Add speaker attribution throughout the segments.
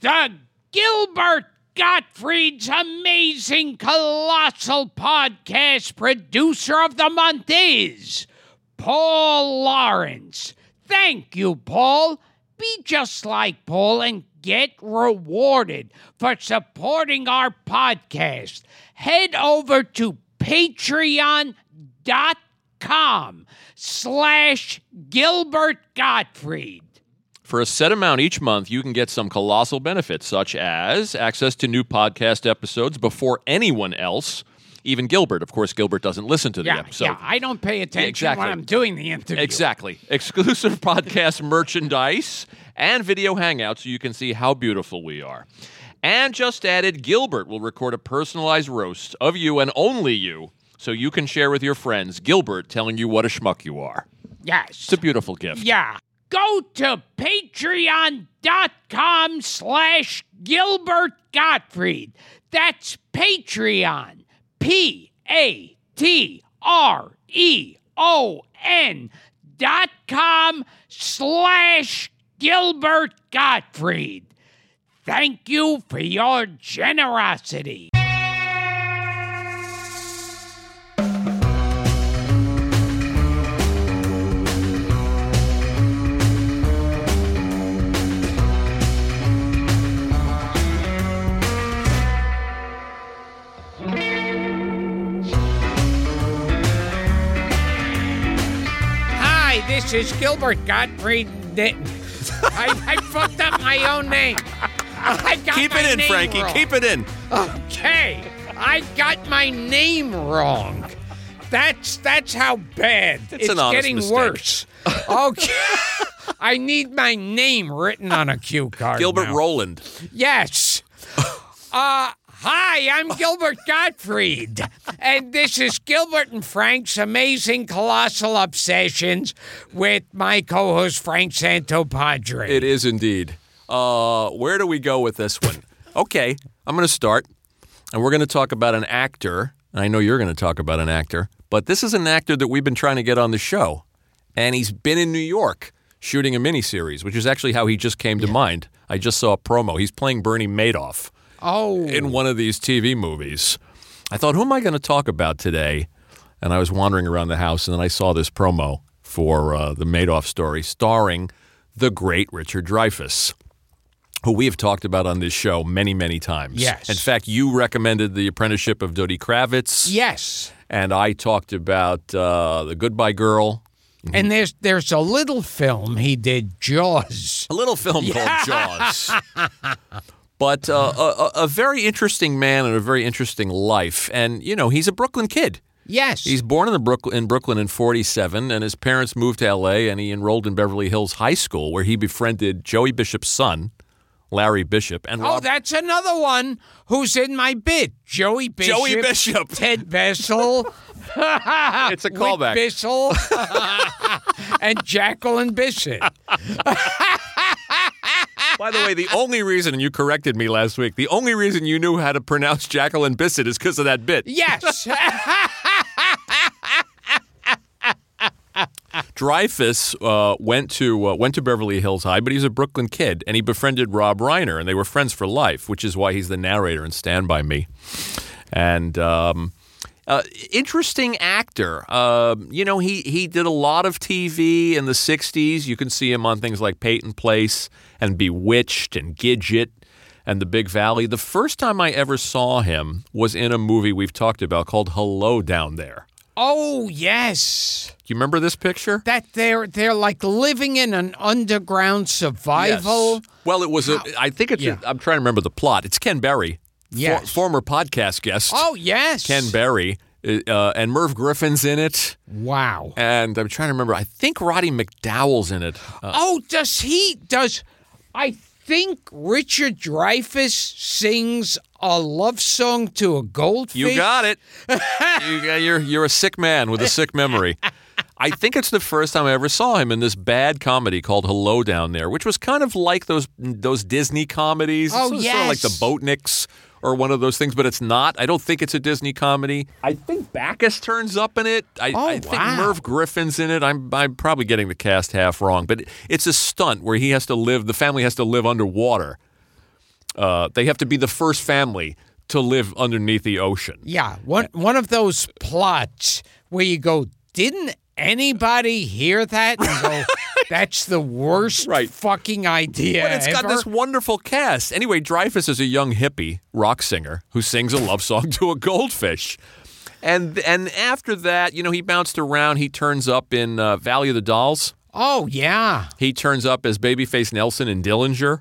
Speaker 1: Dr. Gilbert Gottfried's amazing colossal podcast producer of the month is Paul Lawrence. Thank you, Paul. Be just like Paul and get rewarded for supporting our podcast. Head over to patreon.com slash Gilbert Gottfried.
Speaker 2: For a set amount each month, you can get some colossal benefits, such as access to new podcast episodes before anyone else, even Gilbert. Of course, Gilbert doesn't listen to the
Speaker 1: Yeah,
Speaker 2: episode.
Speaker 1: yeah, I don't pay attention
Speaker 2: exactly.
Speaker 1: when I'm doing the interview.
Speaker 2: Exactly. Exclusive podcast merchandise and video hangouts so you can see how beautiful we are. And just added, Gilbert will record a personalized roast of you and only you so you can share with your friends Gilbert telling you what a schmuck you are.
Speaker 1: Yes.
Speaker 2: It's a beautiful gift.
Speaker 1: Yeah. Go to patreon.com slash Gilbert Gottfried. That's Patreon. P A T R E O N dot com slash Gilbert Gottfried. Thank you for your generosity. Hi, this is Gilbert Gottfried. Ni- I, I fucked up my own name. I got
Speaker 2: Keep
Speaker 1: my
Speaker 2: it in,
Speaker 1: name
Speaker 2: Frankie.
Speaker 1: wrong.
Speaker 2: Keep it in.
Speaker 1: Okay, I got my name wrong. That's that's how bad
Speaker 2: It's
Speaker 1: it's
Speaker 2: an honest
Speaker 1: getting
Speaker 2: mistake.
Speaker 1: worse. Okay, I need my name written on a cue card.
Speaker 2: Gilbert
Speaker 1: now.
Speaker 2: Roland.
Speaker 1: Yes. Uh, hi, I'm Gilbert Gottfried, and this is Gilbert and Frank's Amazing Colossal Obsessions with my co host, Frank Santopadre.
Speaker 2: It is indeed. Uh, where do we go with this one? Okay, I'm going to start, and we're going to talk about an actor. And I know you're going to talk about an actor, but this is an actor that we've been trying to get on the show, and he's been in New York shooting a miniseries, which is actually how he just came to mind. I just saw a promo. He's playing Bernie Madoff
Speaker 1: oh,
Speaker 2: in one of these TV movies. I thought, who am I going to talk about today? And I was wandering around the house, and then I saw this promo for uh, the Madoff story starring the great Richard Dreyfuss, who we have talked about on this show many, many times.
Speaker 1: Yes.
Speaker 2: In fact, you recommended The Apprenticeship of Dodie Kravitz,
Speaker 1: yes.
Speaker 2: and I talked about uh, The Goodbye Girl,
Speaker 1: And there's there's a little film he did, Jaws.
Speaker 2: a little film called Jaws. But uh, a- a, a very interesting man and a very interesting life. And, you know, he's a Brooklyn kid.
Speaker 1: Yes.
Speaker 2: He's born in the Brooklyn in Brooklyn in 47 and his parents moved to LA and he enrolled in Beverly Hills High School where he befriended Joey Bishop's son, Larry Bishop and
Speaker 1: oh,
Speaker 2: Rob
Speaker 1: that's another one who's in my bit. Joey Bishop.
Speaker 2: Joey Bishop.
Speaker 1: Ted Bessel.
Speaker 2: It's a
Speaker 1: Whit
Speaker 2: callback.
Speaker 1: Bissell. and Jacqueline Bissett.
Speaker 2: By the way, the only reason and you corrected me last week, the only reason you knew how to pronounce Jacqueline Bissett is because of that bit.
Speaker 1: Yes.
Speaker 2: Dreyfus uh, went to uh, went to Beverly Hills High, but he's a Brooklyn kid, and he befriended Rob Reiner, and they were friends for life, which is why he's the narrator in Stand by Me. And um, uh, interesting actor, uh, you know, he he did a lot of TV in the '60s. You can see him on things like Peyton Place and Bewitched and Gidget. And the Big Valley. The first time I ever saw him was in a movie we've talked about called Hello Down There.
Speaker 1: oh, yes.
Speaker 2: Do you remember this picture?
Speaker 1: That they're they're like living in an underground survival.
Speaker 2: Yes. Well, it was a. I think it's.
Speaker 1: Yeah.
Speaker 2: A, I'm trying to remember the plot. It's Ken Berry, for-
Speaker 1: Yes.
Speaker 2: former podcast guest
Speaker 1: Oh, yes.
Speaker 2: Ken Berry, uh, and Merv Griffin's in it,
Speaker 1: wow.
Speaker 2: and I'm trying to remember. I think Roddy McDowell's in it. Uh,
Speaker 1: Oh, does he? Does I think Richard Dreyfuss sings a love song to a goldfish?
Speaker 2: you got it. you, got- you're you're a sick man with a sick memory. I think it's the first time I ever saw him in this bad comedy called Hello Down There, which was kind of like those those Disney comedies.
Speaker 1: Oh,
Speaker 2: It's sort of like the
Speaker 1: yes.
Speaker 2: Boatniks or one of those things, but it's not. I don't think it's a Disney comedy. I think Bacchus turns up in it. I,
Speaker 1: Oh,
Speaker 2: I think
Speaker 1: wow.
Speaker 2: Merv Griffin's in it. I'm I'm probably getting the cast half wrong, but it's a stunt where he has to live. The family has to live underwater. uh, they have to be the first family to live underneath the ocean.
Speaker 1: Yeah, one one of those plots where you go, didn't anybody hear that? And go, that's the worst
Speaker 2: Right.
Speaker 1: fucking idea.
Speaker 2: But it's got
Speaker 1: ever."
Speaker 2: this wonderful cast. Anyway, Dreyfus is a young hippie rock singer who sings a love song to a goldfish. And and after that, you know, he bounced around. He turns up in uh, Valley of the Dolls.
Speaker 1: Oh yeah,
Speaker 2: He turns up as Babyface Nelson in Dillinger.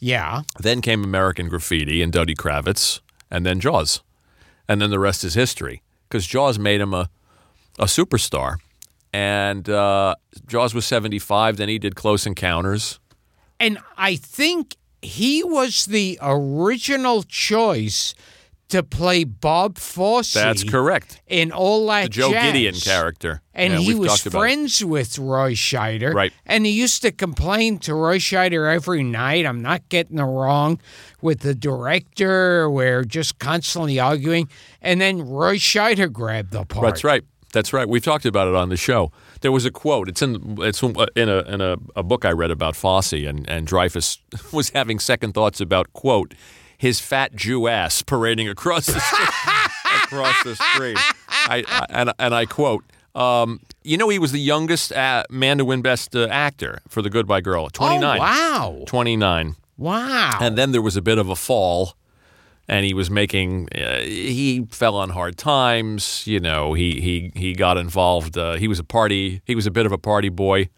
Speaker 1: yeah.
Speaker 2: Then came American Graffiti and Duddy Kravitz, and then Jaws. And then the rest is history because Jaws made him a, a superstar. And uh, Jaws was 75. Then he did Close Encounters.
Speaker 1: And I think he was the original choice to play Bob Fosse.
Speaker 2: That's correct.
Speaker 1: In all that
Speaker 2: The Joe
Speaker 1: jazz.
Speaker 2: Gideon character.
Speaker 1: And
Speaker 2: Yeah,
Speaker 1: he
Speaker 2: we've
Speaker 1: was
Speaker 2: talked about it.
Speaker 1: friends with Roy Scheider.
Speaker 2: Right.
Speaker 1: And he used to complain to Roy Scheider every night. I'm not getting it wrong with the director. We're just constantly arguing. And then Roy Scheider grabbed the part.
Speaker 2: That's right. That's right. We've talked about it on the show. There was a quote. It's in it's in a in a, a book I read about Fosse and and Dreyfus was having second thoughts about quote his fat Jew ass parading across the street, across the street. I, I and and I quote. Um, you know, he was the youngest uh, man to win Best uh, Actor for The Goodbye Girl at
Speaker 1: Oh,
Speaker 2: 29.
Speaker 1: wow.
Speaker 2: 29.
Speaker 1: Wow.
Speaker 2: And then there was a bit of a fall, and he was making. Uh, he fell on hard times. You know, he he he got involved. Uh, he was a party. He was a bit of a party boy.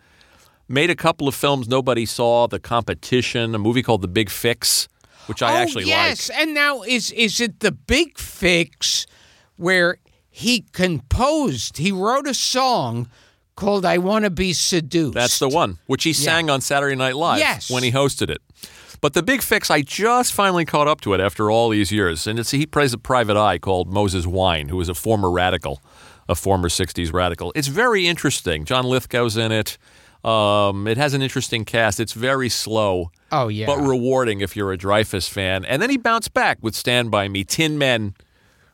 Speaker 2: Made a couple of films nobody saw. The competition, a movie called The Big Fix, which I
Speaker 1: oh,
Speaker 2: actually
Speaker 1: yes. And now is is it the big fix where he composed? He wrote a song called "I Want to Be Seduced."
Speaker 2: That's the one, which he sang on Saturday Night Live
Speaker 1: Yes.
Speaker 2: when he hosted it. But the big fix, I just finally caught up to it after all these years, and it's he plays a private eye called Moses Wine, who is a former radical, a former '60s radical. It's very interesting. John Lithgow's in it. Um, it has an interesting cast. It's very slow,
Speaker 1: Oh yeah.
Speaker 2: but rewarding if you're a Dreyfus fan. And then he bounced back with Stand by Me, Tin Men,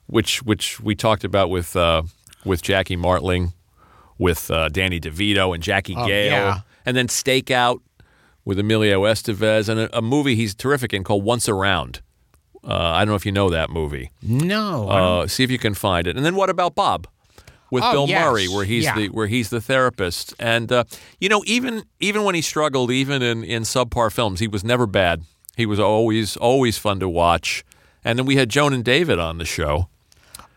Speaker 2: which which we talked about with uh, with Jackie Martling, with uh, Danny DeVito and Jackie Gale,
Speaker 1: Oh, yeah.
Speaker 2: and then Stakeout with Emilio Estevez, and a, a movie he's terrific in called Once Around. Uh, I don't know if you know that movie.
Speaker 1: no.
Speaker 2: Uh, see if you can find it. And then what about Bob with
Speaker 1: Oh,
Speaker 2: Bill
Speaker 1: yes.
Speaker 2: Murray, where he's
Speaker 1: Yeah.
Speaker 2: the where he's the therapist? And uh, you know, even even when he struggled, even in in subpar films, he was never bad. He was always always fun to watch. And then we had Joan and David on the show.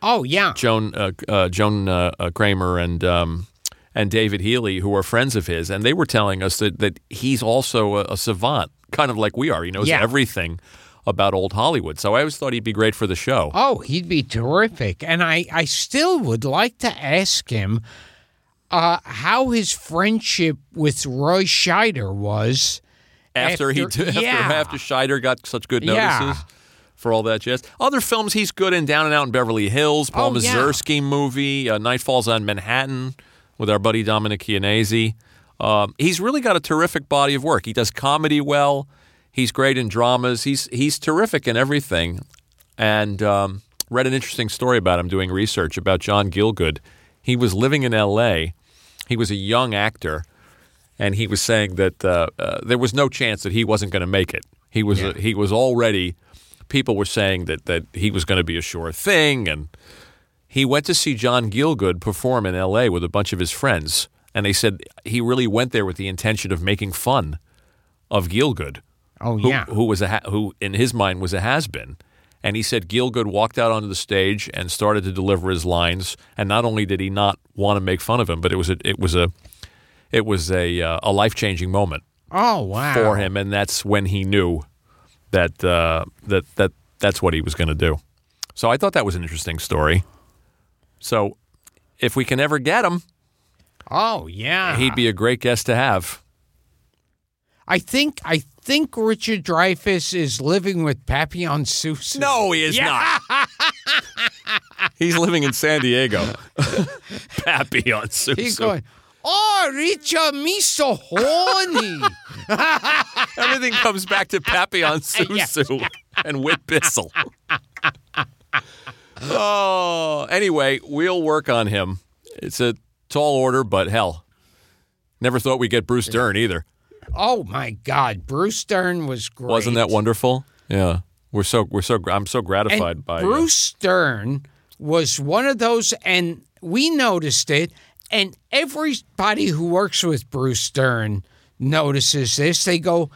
Speaker 1: oh yeah.
Speaker 2: Joan uh, uh, Joan uh, uh, Kramer and um, and David Healy, who are friends of his, and they were telling us that that he's also a, a savant, kind of like we are. He knows
Speaker 1: Yeah.
Speaker 2: everything about old Hollywood. So I always thought he'd be great for the show.
Speaker 1: Oh, he'd be terrific. And I, I still would like to ask him uh, how his friendship with Roy Scheider was.
Speaker 2: after, he
Speaker 1: After-
Speaker 2: did, after,
Speaker 1: yeah.
Speaker 2: after Scheider got such good notices
Speaker 1: Yeah.
Speaker 2: for all that jazz. Other films he's good in Down and Out in Beverly Hills, Paul
Speaker 1: Oh, yeah.
Speaker 2: Mazursky movie, uh, Night Falls on Manhattan with our buddy Dominic Chianese. Um, he's really got a terrific body of work. He does comedy well. He's great in dramas. He's he's terrific in everything. And um, read an interesting story about him doing research about John Gielgud. He was living in L.A. He was a young actor and he was saying that uh, uh, there was no chance that he wasn't going to make it. He was he was already. People were saying that that he was going to be a sure thing, and he went to see John Gielgud perform in L.A. with a bunch of his friends, and they said he really went there with the intention of making fun of Gielgud,
Speaker 1: Oh,
Speaker 2: who,
Speaker 1: yeah.
Speaker 2: who was a ha- who in his mind was a has been. And he said Gielgud walked out onto the stage and started to deliver his lines. And not only did he not want to make fun of him, but it was a, it was a it was a uh, a life changing moment
Speaker 1: Oh, wow.
Speaker 2: for him, and that's when he knew that uh, that that that's what he was going to do. So I thought that was an interesting story. So if we can ever get him,
Speaker 1: Oh, yeah.
Speaker 2: he'd be a great guest to have.
Speaker 1: I think I think Richard Dreyfuss is living with Papillon Sousa.
Speaker 2: No, he is not. He's living in San Diego. Pappy on
Speaker 1: He's
Speaker 2: Suso.
Speaker 1: going, oh, Richard, me so horny.
Speaker 2: Everything comes back to Papillon Susu and Whit Bissell. oh, anyway, we'll work on him. It's a tall order, but hell, never thought we'd get Bruce Dern either.
Speaker 1: oh, my God. Bruce Dern was great.
Speaker 2: Wasn't that wonderful? Yeah. We're so we're so I'm so
Speaker 1: And
Speaker 2: gratified by uh,
Speaker 1: Bruce Stern was one of those, and we noticed it, and everybody who works with Bruce Stern notices this. They go,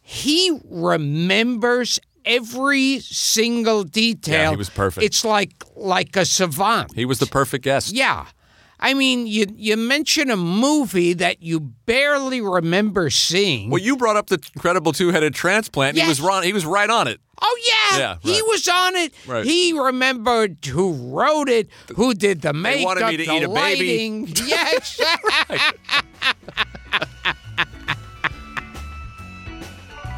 Speaker 1: he remembers every single detail.
Speaker 2: Yeah, he was perfect.
Speaker 1: It's like like a savant.
Speaker 2: He was the perfect guest.
Speaker 1: Yeah. I mean, you you mention a movie that you barely remember seeing.
Speaker 2: Well, you brought up the incredible two-headed transplant. He
Speaker 1: Yes.
Speaker 2: was ron- he was right on it.
Speaker 1: Oh yeah,
Speaker 2: Yeah,
Speaker 1: he
Speaker 2: right.
Speaker 1: was on it.
Speaker 2: Right.
Speaker 1: He remembered who wrote it, who did the makeup,
Speaker 2: wanted me to
Speaker 1: the
Speaker 2: eat a baby.
Speaker 1: lighting. Yes.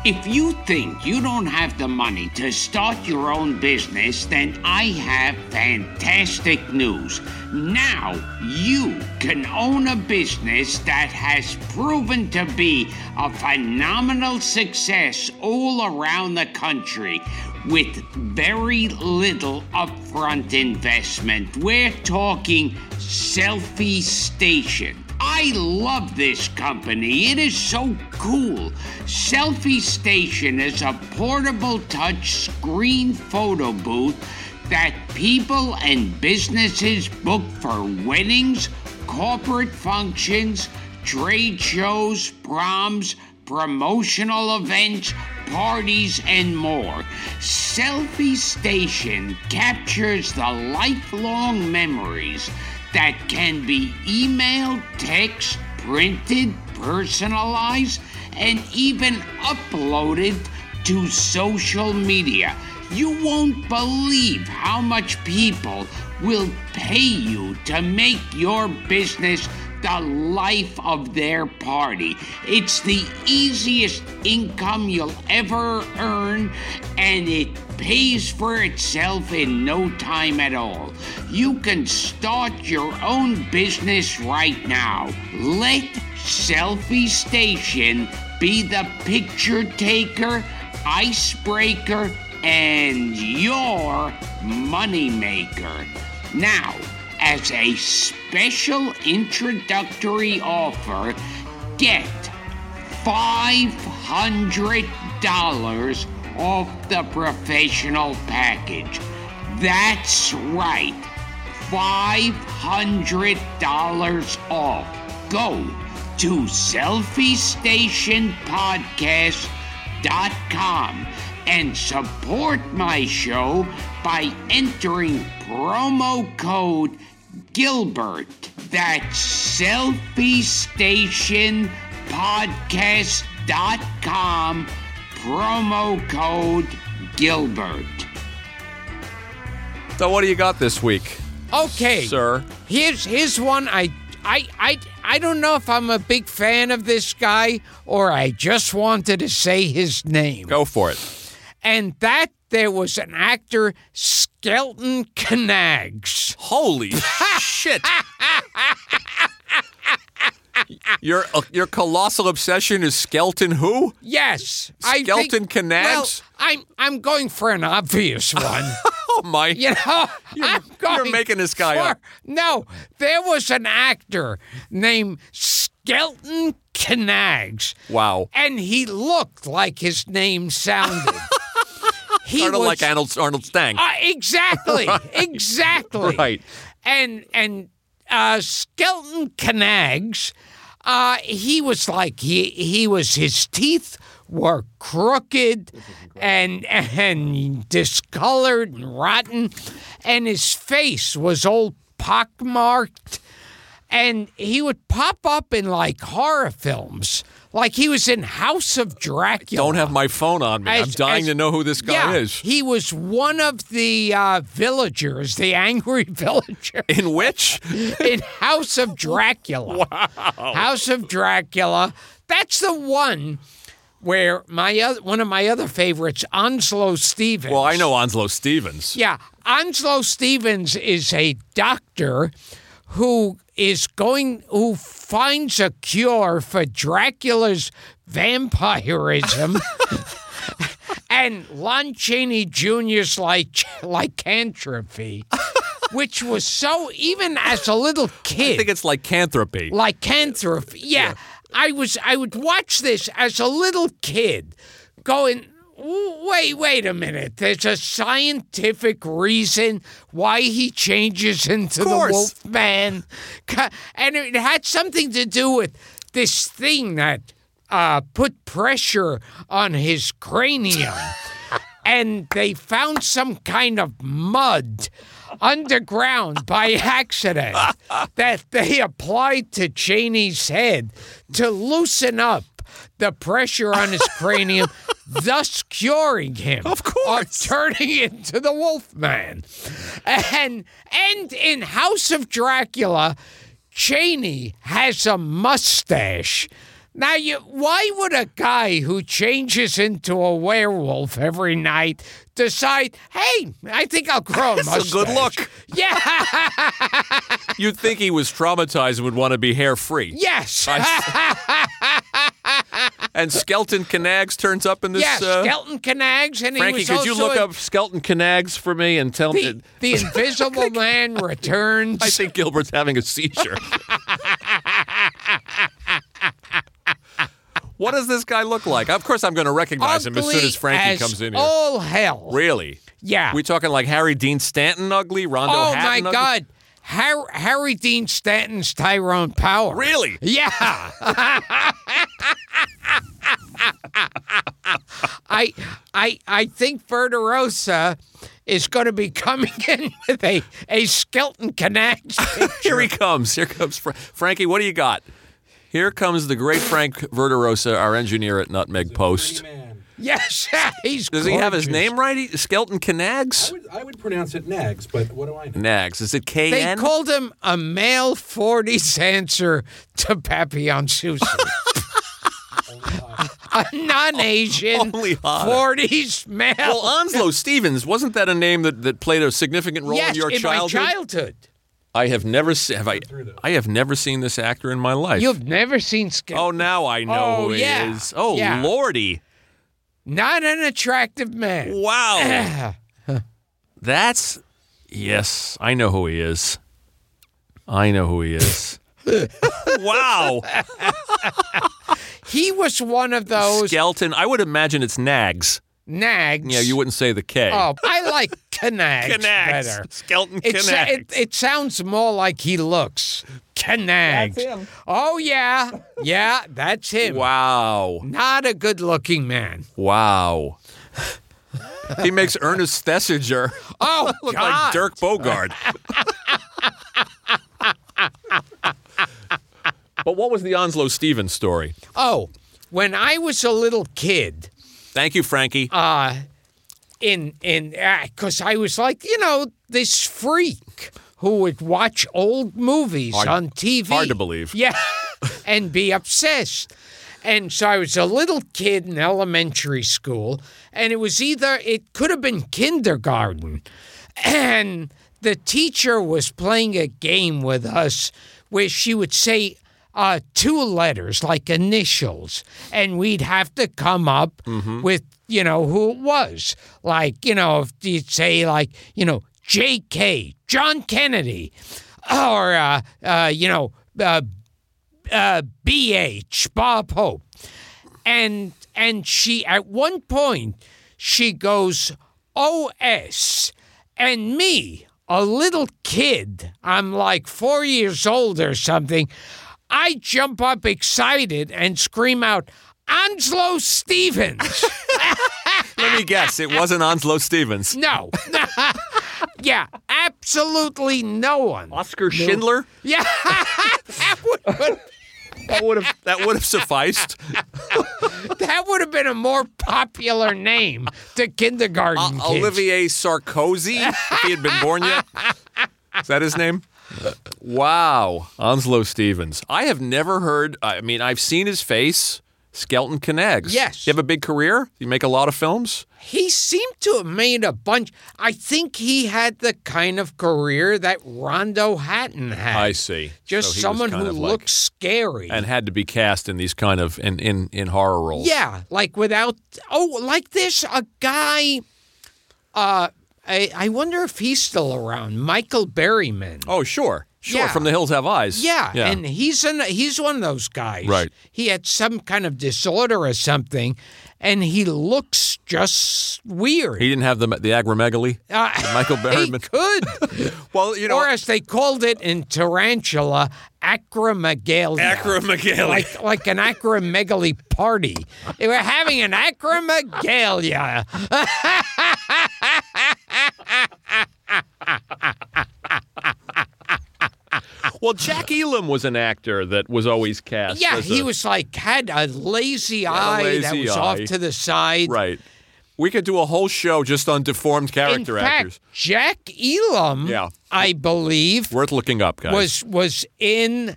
Speaker 1: If you think you don't have the money to start your own business, then I have fantastic news. Now you can own a business that has proven to be a phenomenal success all around the country with very little upfront investment. We're talking Selfie Station. I love this company. It is so cool. Selfie Station is a portable touch screen photo booth that people and businesses book for weddings, corporate functions, trade shows, proms, promotional events, parties, and more. Selfie Station captures the lifelong memories that can be emailed, text, printed, personalized, and even uploaded to social media. You won't believe how much people will pay you to make your business the life of their party. It's the easiest income you'll ever earn, and it pays for itself in no time at all. You can start your own business right now. Let Selfie Station be the picture taker, icebreaker, and your moneymaker. Now, as a special introductory offer, get $500 off the professional package. That's right, $500 off. Go to selfiestationpodcast.com and support my show by entering promo code Gilbert. That's selfiestationpodcast.com, promo code Gilbert.
Speaker 2: So what do you got this week,
Speaker 1: Okay.
Speaker 2: sir?
Speaker 1: Here's here's one I I I I don't know if I'm a big fan of this guy or I just wanted to say his name.
Speaker 2: Go for it.
Speaker 1: And that there was an actor Skelton Canags.
Speaker 2: Holy shit. Your uh, your colossal obsession is skeleton who?
Speaker 1: Yes.
Speaker 2: Skelton Canags?
Speaker 1: Well, I'm I'm going for an obvious one.
Speaker 2: Oh my.
Speaker 1: You know, I'm going
Speaker 2: you're making this guy
Speaker 1: for-
Speaker 2: up.
Speaker 1: No, there was an actor named Skelton Canags.
Speaker 2: Wow.
Speaker 1: And he looked like his name sounded. he
Speaker 2: Sort of
Speaker 1: was-
Speaker 2: like Arnold Arnold Stang.
Speaker 1: uh, exactly, exactly.
Speaker 2: Right.
Speaker 1: And and uh, Skelton Canags, uh, he was like he he was his teeth were crooked and and discolored and rotten, and his face was all pockmarked, and he would pop up in like horror films. Like he was in House of Dracula.
Speaker 2: Don't have my phone on me. I'm
Speaker 1: As-
Speaker 2: dying
Speaker 1: as-
Speaker 2: to know who this guy
Speaker 1: yeah,
Speaker 2: is.
Speaker 1: He was one of the uh, villagers, the angry villager
Speaker 2: In which?
Speaker 1: in House of Dracula. House of Dracula. That's the one where my oth- one of my other favorites, Onslow Stevens.
Speaker 2: Well, I know Onslow Stevens.
Speaker 1: Yeah, Onslow Stevens is a doctor who is going who finds a cure for Dracula's vampirism. And Lon Chaney Jr.'s like lycanthropy, which was so even as a little
Speaker 2: I think
Speaker 1: kid,
Speaker 2: it's lycanthropy.
Speaker 1: lycanthropy. Yeah, I was I would watch this as a little kid, going, wait, wait a minute. There's a scientific reason why he changes into the
Speaker 3: course.
Speaker 1: wolf man. And it had something to do with this thing that uh, put pressure on his cranium. and they found some kind of mud underground by accident that they applied to Cheney's head to loosen up the pressure on his cranium, thus curing him
Speaker 3: Of course.
Speaker 1: turning into the Wolfman. And and in House of Dracula, Cheney has a mustache. Now, you, why would a guy who changes into a werewolf every night decide, "Hey, I think I'll grow a mustache"?
Speaker 3: That's a good look.
Speaker 1: Yeah.
Speaker 2: You'd think he was traumatized and would want to be hair free.
Speaker 1: Yes.
Speaker 2: And Skelton Canags turns up in this.
Speaker 1: yes.
Speaker 2: uh,
Speaker 1: Skelton Canags, and he
Speaker 2: Frankie,
Speaker 1: was
Speaker 2: could you
Speaker 1: also
Speaker 2: look
Speaker 1: in
Speaker 2: up Skelton Canags for me and tell
Speaker 1: the,
Speaker 2: me?
Speaker 1: the Invisible Man returns.
Speaker 2: I think Gilbert's having a seizure. what does this guy look like? Of course, I'm going to recognize him as soon
Speaker 1: Ugly
Speaker 2: as Frankie
Speaker 1: as
Speaker 2: comes in here.
Speaker 1: All hell.
Speaker 2: really?
Speaker 1: Yeah.
Speaker 2: We talking like Harry Dean Stanton ugly? Rondo
Speaker 1: oh my
Speaker 2: Hatton ugly?
Speaker 1: God. Har- Harry Dean Stanton's Tyrone Power.
Speaker 2: Really?
Speaker 1: Yeah. I I I think Verderosa is going to be coming in with a a skeleton connect.
Speaker 2: Here he comes. Here comes Fra- Frankie. What do you got? Here comes the great Frank Verderosa, our engineer at Nutmeg Post.
Speaker 1: yes, he's.
Speaker 2: Does he have his
Speaker 1: gorgeous.
Speaker 2: name right? He- Skelton Canags?
Speaker 4: would, I would pronounce it nags, but what do I know?
Speaker 2: Nags. Is it K
Speaker 1: They
Speaker 2: N?
Speaker 1: called him a male 40s answer to Papillon Sousa. a non-Asian
Speaker 2: Only hotter.
Speaker 1: 40s male.
Speaker 2: Well, Onslow Stevens wasn't that a name that, that played a significant role
Speaker 1: yes,
Speaker 2: in your
Speaker 1: in
Speaker 2: childhood?
Speaker 1: my childhood.
Speaker 2: I have never se- have I I have never seen this actor in my life.
Speaker 1: You've never seen Skip.
Speaker 2: oh, now I know
Speaker 1: Oh,
Speaker 2: who he
Speaker 1: yeah.
Speaker 2: is. Oh,
Speaker 1: Yeah.
Speaker 2: lordy!
Speaker 1: Not an attractive man.
Speaker 2: Wow, that's yes. I know who he is. I know who he is. wow,
Speaker 1: he was one of those
Speaker 2: Skelton. I would imagine it's Nags.
Speaker 1: nags.
Speaker 2: Yeah, you wouldn't say the K.
Speaker 1: Oh, I like Knags
Speaker 2: Knags.
Speaker 1: better. uh,
Speaker 2: Skelton
Speaker 1: It, sa-
Speaker 2: Knags.
Speaker 1: it, it sounds more like he looks. Knags. Oh, yeah. Yeah, that's him.
Speaker 2: Wow,
Speaker 1: Not a good looking man.
Speaker 2: wow. he makes Ernest Thesiger
Speaker 1: Oh,
Speaker 2: look
Speaker 1: God.
Speaker 2: like Dirk Bogard. but what was the Onslow Stevens story?
Speaker 1: Oh, when I was a little kid,
Speaker 2: Thank you, Frankie.
Speaker 1: in in because I was like, you know, this freak who would watch old movies
Speaker 2: Hard-
Speaker 1: on TV.
Speaker 2: hard to believe.
Speaker 1: Yeah, and be obsessed. And so I was a little kid in elementary school, and it was either it could have been kindergarten, and the teacher was playing a game with us where she would say uh, two letters like initials, and we'd have to come up with you know who it was. Like you know if you'd say like you know J.K. John Kennedy, or uh, uh, you know uh, uh, BH Bob Hope, and and she at one point she goes OS, and me a little kid I'm like four years old or something, I jump up excited and scream out Onslow Stevens.
Speaker 2: Let me guess, it wasn't Onslow Stevens.
Speaker 1: no. Yeah, absolutely no one.
Speaker 2: Oscar Schindler?
Speaker 1: Yeah, that would
Speaker 2: That would have that would have sufficed.
Speaker 1: That would have been a more popular name to kindergarten kids.
Speaker 2: Olivier Sarkozy, if he had been born yet. Is that his name? Wow. Onslow Stevens. I have never heard, I mean, I've seen his face, Skelton Canags.
Speaker 1: Yes.
Speaker 2: You have a big career? You make a lot of films?
Speaker 1: He seemed to have made a bunch. I think he had the kind of career that Rondo Hatton had.
Speaker 2: I see.
Speaker 1: Just
Speaker 2: So he was
Speaker 1: someone
Speaker 2: kind
Speaker 1: who
Speaker 2: of like-
Speaker 1: looks scary.
Speaker 2: and had to be cast in these kind of in in, in horror roles.
Speaker 1: yeah, like without. Oh, like this, a guy. Uh, I, I wonder if he's still around. Michael Berryman.
Speaker 2: Oh, sure, sure.
Speaker 1: Yeah.
Speaker 2: From the Hills Have Eyes.
Speaker 1: Yeah, and he's an, he's one of those guys.
Speaker 2: Right.
Speaker 1: He had some kind of disorder or something, and he looks just weird.
Speaker 2: He didn't have the the acromegaly.
Speaker 1: Uh,
Speaker 2: Michael
Speaker 1: he
Speaker 2: Berryman.
Speaker 1: could.
Speaker 2: well, you know,
Speaker 1: or as they called it in Tarantula, acromegalia.
Speaker 2: acromegaly.
Speaker 1: like like an acromegaly party. They were having an acromegalia.
Speaker 2: well, Jack Elam was an actor that was always cast.
Speaker 1: Yeah,
Speaker 2: as
Speaker 1: he
Speaker 2: a-
Speaker 1: was like had a lazy eye that
Speaker 2: lazy
Speaker 1: was
Speaker 2: eye.
Speaker 1: off to the side.
Speaker 2: right. We could do a whole show just on deformed
Speaker 1: In
Speaker 2: character
Speaker 1: fact,
Speaker 2: actors.
Speaker 1: Jack Elam,
Speaker 2: Yeah.
Speaker 1: I believe,
Speaker 2: Worth looking up, guys.
Speaker 1: was was in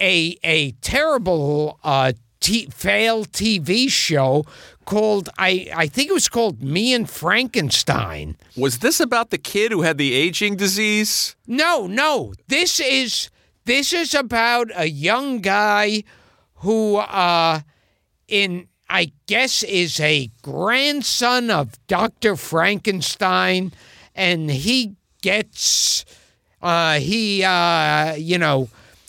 Speaker 1: a a terrible uh, t- failed TV show called I I think it was called Me and Frankenstein.
Speaker 2: Was this about the kid who had the aging disease?
Speaker 1: No, no. This is this is about a young guy who uh in I guess is a grandson of Dr. Frankenstein and he gets uh he uh you know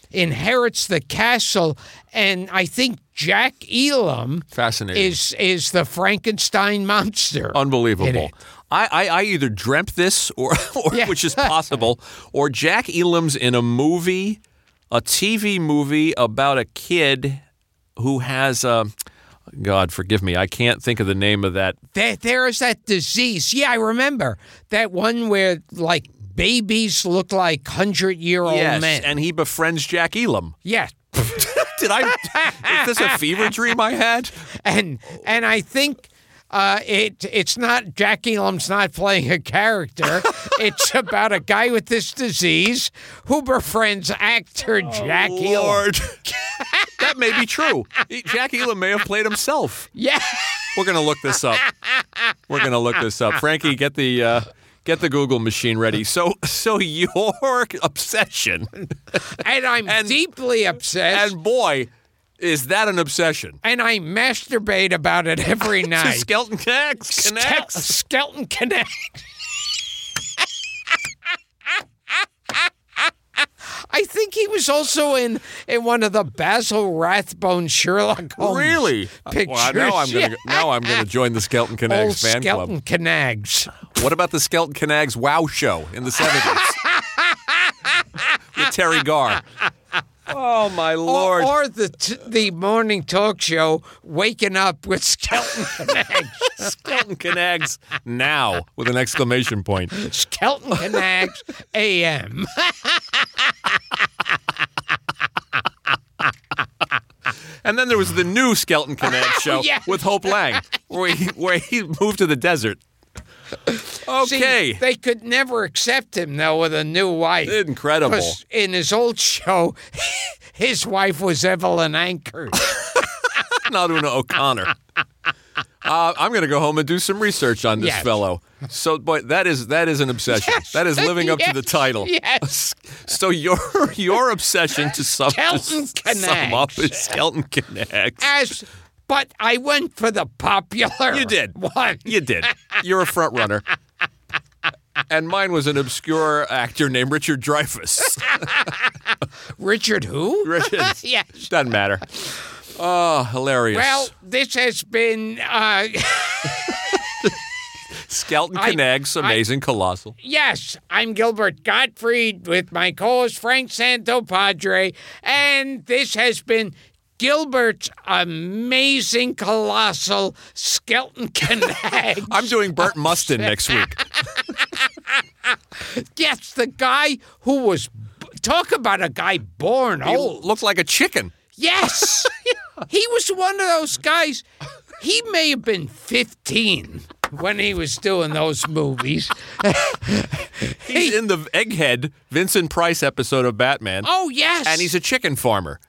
Speaker 1: inherits the castle and I think Jack Elam
Speaker 2: Fascinating.
Speaker 1: is is the Frankenstein monster.
Speaker 2: Oh,
Speaker 1: In
Speaker 2: Unbelievable.
Speaker 1: it.
Speaker 2: I, I, I either dreamt this, or, or
Speaker 1: Yeah.
Speaker 2: which is possible, or Jack Elam's in a movie, a TV movie about a kid who has a. God, forgive me. I can't think of the name of that.
Speaker 1: There, there is that disease. Yeah, I remember that one where like babies look like hundred year old
Speaker 2: yes,
Speaker 1: men.
Speaker 2: and he befriends Jack Elam.
Speaker 1: yes,
Speaker 2: Did I? is this a fever dream I had?
Speaker 1: and and I think uh, it it's not Jack Elam's not playing a character. it's about a guy with this disease who befriends actor Jack Elam.
Speaker 2: Oh, Lord. that may be true. Jack Elam may have played himself.
Speaker 1: Yeah,
Speaker 2: We're gonna look this up. We're gonna look this up. Frankie, get the uh, get the Google machine ready. So so your obsession,
Speaker 1: and I'm deeply obsessed.
Speaker 2: and boy, is that an obsession?
Speaker 1: And I masturbate about it every
Speaker 2: To
Speaker 1: night.
Speaker 2: skeleton connects,
Speaker 1: Tex-
Speaker 2: connects.
Speaker 1: Skeleton Connect. I think he was also in in one of the Basil Rathbone Sherlock Holmes.
Speaker 2: Really?
Speaker 1: Pictures.
Speaker 2: Well, now I'm
Speaker 1: yeah.
Speaker 2: gonna go- now I'm gonna join the
Speaker 1: Old
Speaker 2: Skeleton Connects fan
Speaker 1: Skeleton Canags.
Speaker 2: club. What about the Skeleton Connects Wow Show in the seventies with Terry Garr? Oh my
Speaker 1: Or,
Speaker 2: lord!
Speaker 1: or the t- the morning talk show, Waking Up with Skeleton Canags.
Speaker 2: Skeleton Connects now with an exclamation point.
Speaker 1: Skeleton Canags AM.
Speaker 2: And then there was the new Skeleton Connect show
Speaker 1: Yeah.
Speaker 2: with Hope Lang, where he, where he moved to the desert.
Speaker 1: See,
Speaker 2: Okay.
Speaker 1: they could never accept him, though, with a new wife.
Speaker 2: Incredible.
Speaker 1: 'Cause in his old show, his wife was Evelyn Anchor.
Speaker 2: Naluna O'Connor. Uh, I'm going to go home and do some research on this
Speaker 1: Yes.
Speaker 2: fellow. So, boy, that is that is an obsession.
Speaker 1: Yes.
Speaker 2: That is living up to the
Speaker 1: Yes.
Speaker 2: title.
Speaker 1: Yes.
Speaker 2: So your your obsession to sum, to
Speaker 1: Skeleton
Speaker 2: sum up is Skeleton Connect.
Speaker 1: As, but I went for the popular.
Speaker 2: You did.
Speaker 1: one.
Speaker 2: You did. You're a front runner. And mine was an obscure actor named Richard Dreyfuss.
Speaker 1: Richard who?
Speaker 2: Richard.
Speaker 1: yes.
Speaker 2: Doesn't matter. Oh, hilarious.
Speaker 1: Well, this has been uh,
Speaker 2: Skeleton
Speaker 1: I-
Speaker 2: Connects, amazing, colossal.
Speaker 1: yes. I'm Gilbert Gottfried with my co-host Frank Santopadre, and this has been Gilbert's amazing colossal skeleton connect.
Speaker 2: I'm doing Burt
Speaker 1: Oh,
Speaker 2: Mustin next week.
Speaker 1: Yes, the guy who was. Talk about a guy born
Speaker 2: He
Speaker 1: old.
Speaker 2: looked like a chicken.
Speaker 1: Yes. he was one of those guys. He may have been 15 when he was doing those movies.
Speaker 2: He's in the Egghead Vincent Price episode of Batman,
Speaker 1: Oh, yes.
Speaker 2: and he's a chicken farmer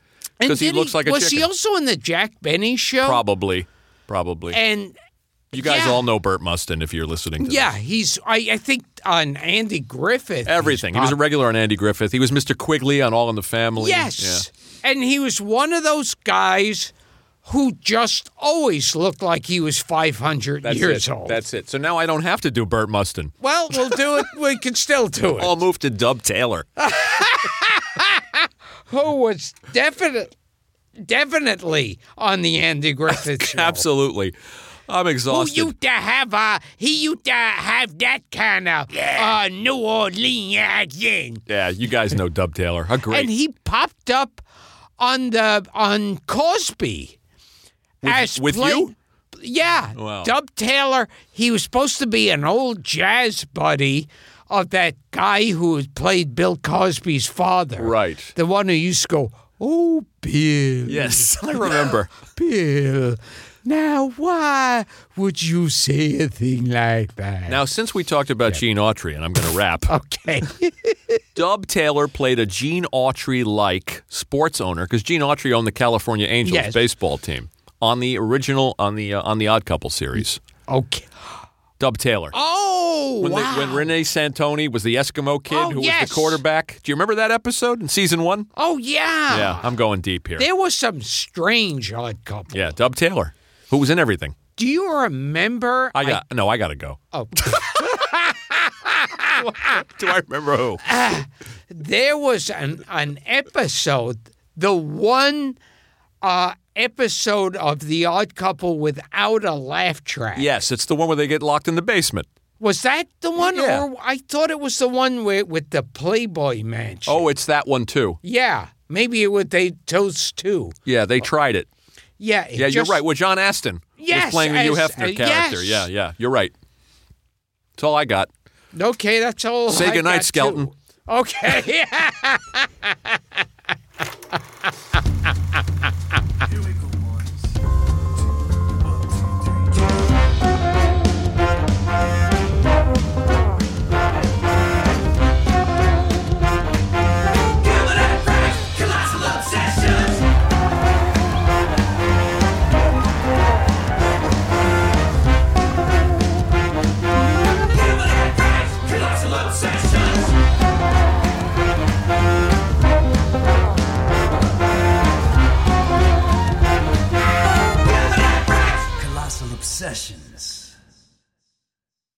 Speaker 1: And
Speaker 2: because he
Speaker 1: did
Speaker 2: looks like a
Speaker 1: was
Speaker 2: chicken.
Speaker 1: he also in the Jack Benny show?
Speaker 2: probably, probably.
Speaker 1: And
Speaker 2: you guys
Speaker 1: yeah.
Speaker 2: all know Burt Mustin if you're listening. to
Speaker 1: yeah, he's, I, I think, on Andy Griffith.
Speaker 2: this. everything. He was a regular on Andy Griffith. He was Mr. Quigley on All in the Family.
Speaker 1: Yes. And he was one of those guys who just always looked like he was 500
Speaker 2: Yeah. That's
Speaker 1: years
Speaker 2: it.
Speaker 1: old.
Speaker 2: That's it. So now I don't have to do Burt Mustin.
Speaker 1: Well, we'll do it. We can still do it.
Speaker 2: I'll move to Dub Taylor.
Speaker 1: Who was definite, definitely on the Andy Griffith show.
Speaker 2: Absolutely. I'm exhausted.
Speaker 1: Who used to have uh he used to have that kind of uh New Orleans accent.
Speaker 2: yeah, you guys know Dub Taylor. How great.
Speaker 1: And he popped up on the on Cosby. With,
Speaker 2: with you?
Speaker 1: Yeah.
Speaker 2: Wow.
Speaker 1: Dub Taylor, he was supposed to be an old jazz buddy of that guy who played Bill Cosby's father.
Speaker 2: Right.
Speaker 1: The one who used to go, Oh Bill.
Speaker 2: yes, I remember.
Speaker 1: Bill, now why would you say a thing like that?
Speaker 2: Now, since we talked about Gene Autry, and I'm going to wrap,
Speaker 1: Okay.
Speaker 2: Dub Taylor played a Gene Autry like sports owner because Gene Autry owned the California Angels
Speaker 1: Yes.
Speaker 2: baseball team on the original, on the, uh, on the Odd Couple series.
Speaker 1: okay.
Speaker 2: Dub Taylor.
Speaker 1: Oh,
Speaker 2: when,
Speaker 1: wow.
Speaker 2: they, when Rene Santoni was the Eskimo kid
Speaker 1: Oh,
Speaker 2: who was
Speaker 1: yes.
Speaker 2: the quarterback. Do you remember that episode in season one?
Speaker 1: oh, yeah.
Speaker 2: yeah, I'm going deep here.
Speaker 1: There was some strange odd couple.
Speaker 2: Yeah, Dub Taylor, who was in everything.
Speaker 1: Do you remember?
Speaker 2: I got no, I gotta go.
Speaker 1: oh,
Speaker 2: Do I remember who?
Speaker 1: there was an, an episode, the one uh, episode of The Odd Couple without a laugh track.
Speaker 2: yes, it's the one where they get locked in the basement.
Speaker 1: Was that the one?
Speaker 2: Yeah.
Speaker 1: Or I thought it was the one with, with the Playboy mansion.
Speaker 2: Oh, it's that one too.
Speaker 1: Yeah, maybe it would. They toast too.
Speaker 2: Yeah, they tried it.
Speaker 1: Yeah, it
Speaker 2: Yeah, you're
Speaker 1: just-
Speaker 2: right. Well, John Aston was
Speaker 1: Yes,
Speaker 2: playing the Hugh
Speaker 1: as-
Speaker 2: Hefner
Speaker 1: uh, yes.
Speaker 2: character. Yeah, yeah, you're right. That's all I got.
Speaker 1: Okay, that's all.
Speaker 2: Say
Speaker 1: I
Speaker 2: goodnight,
Speaker 1: got, too.
Speaker 2: Skelton.
Speaker 1: Okay. Yeah.
Speaker 3: Here we go, boys. Two, one, two, three, two. Colossal Obsessions.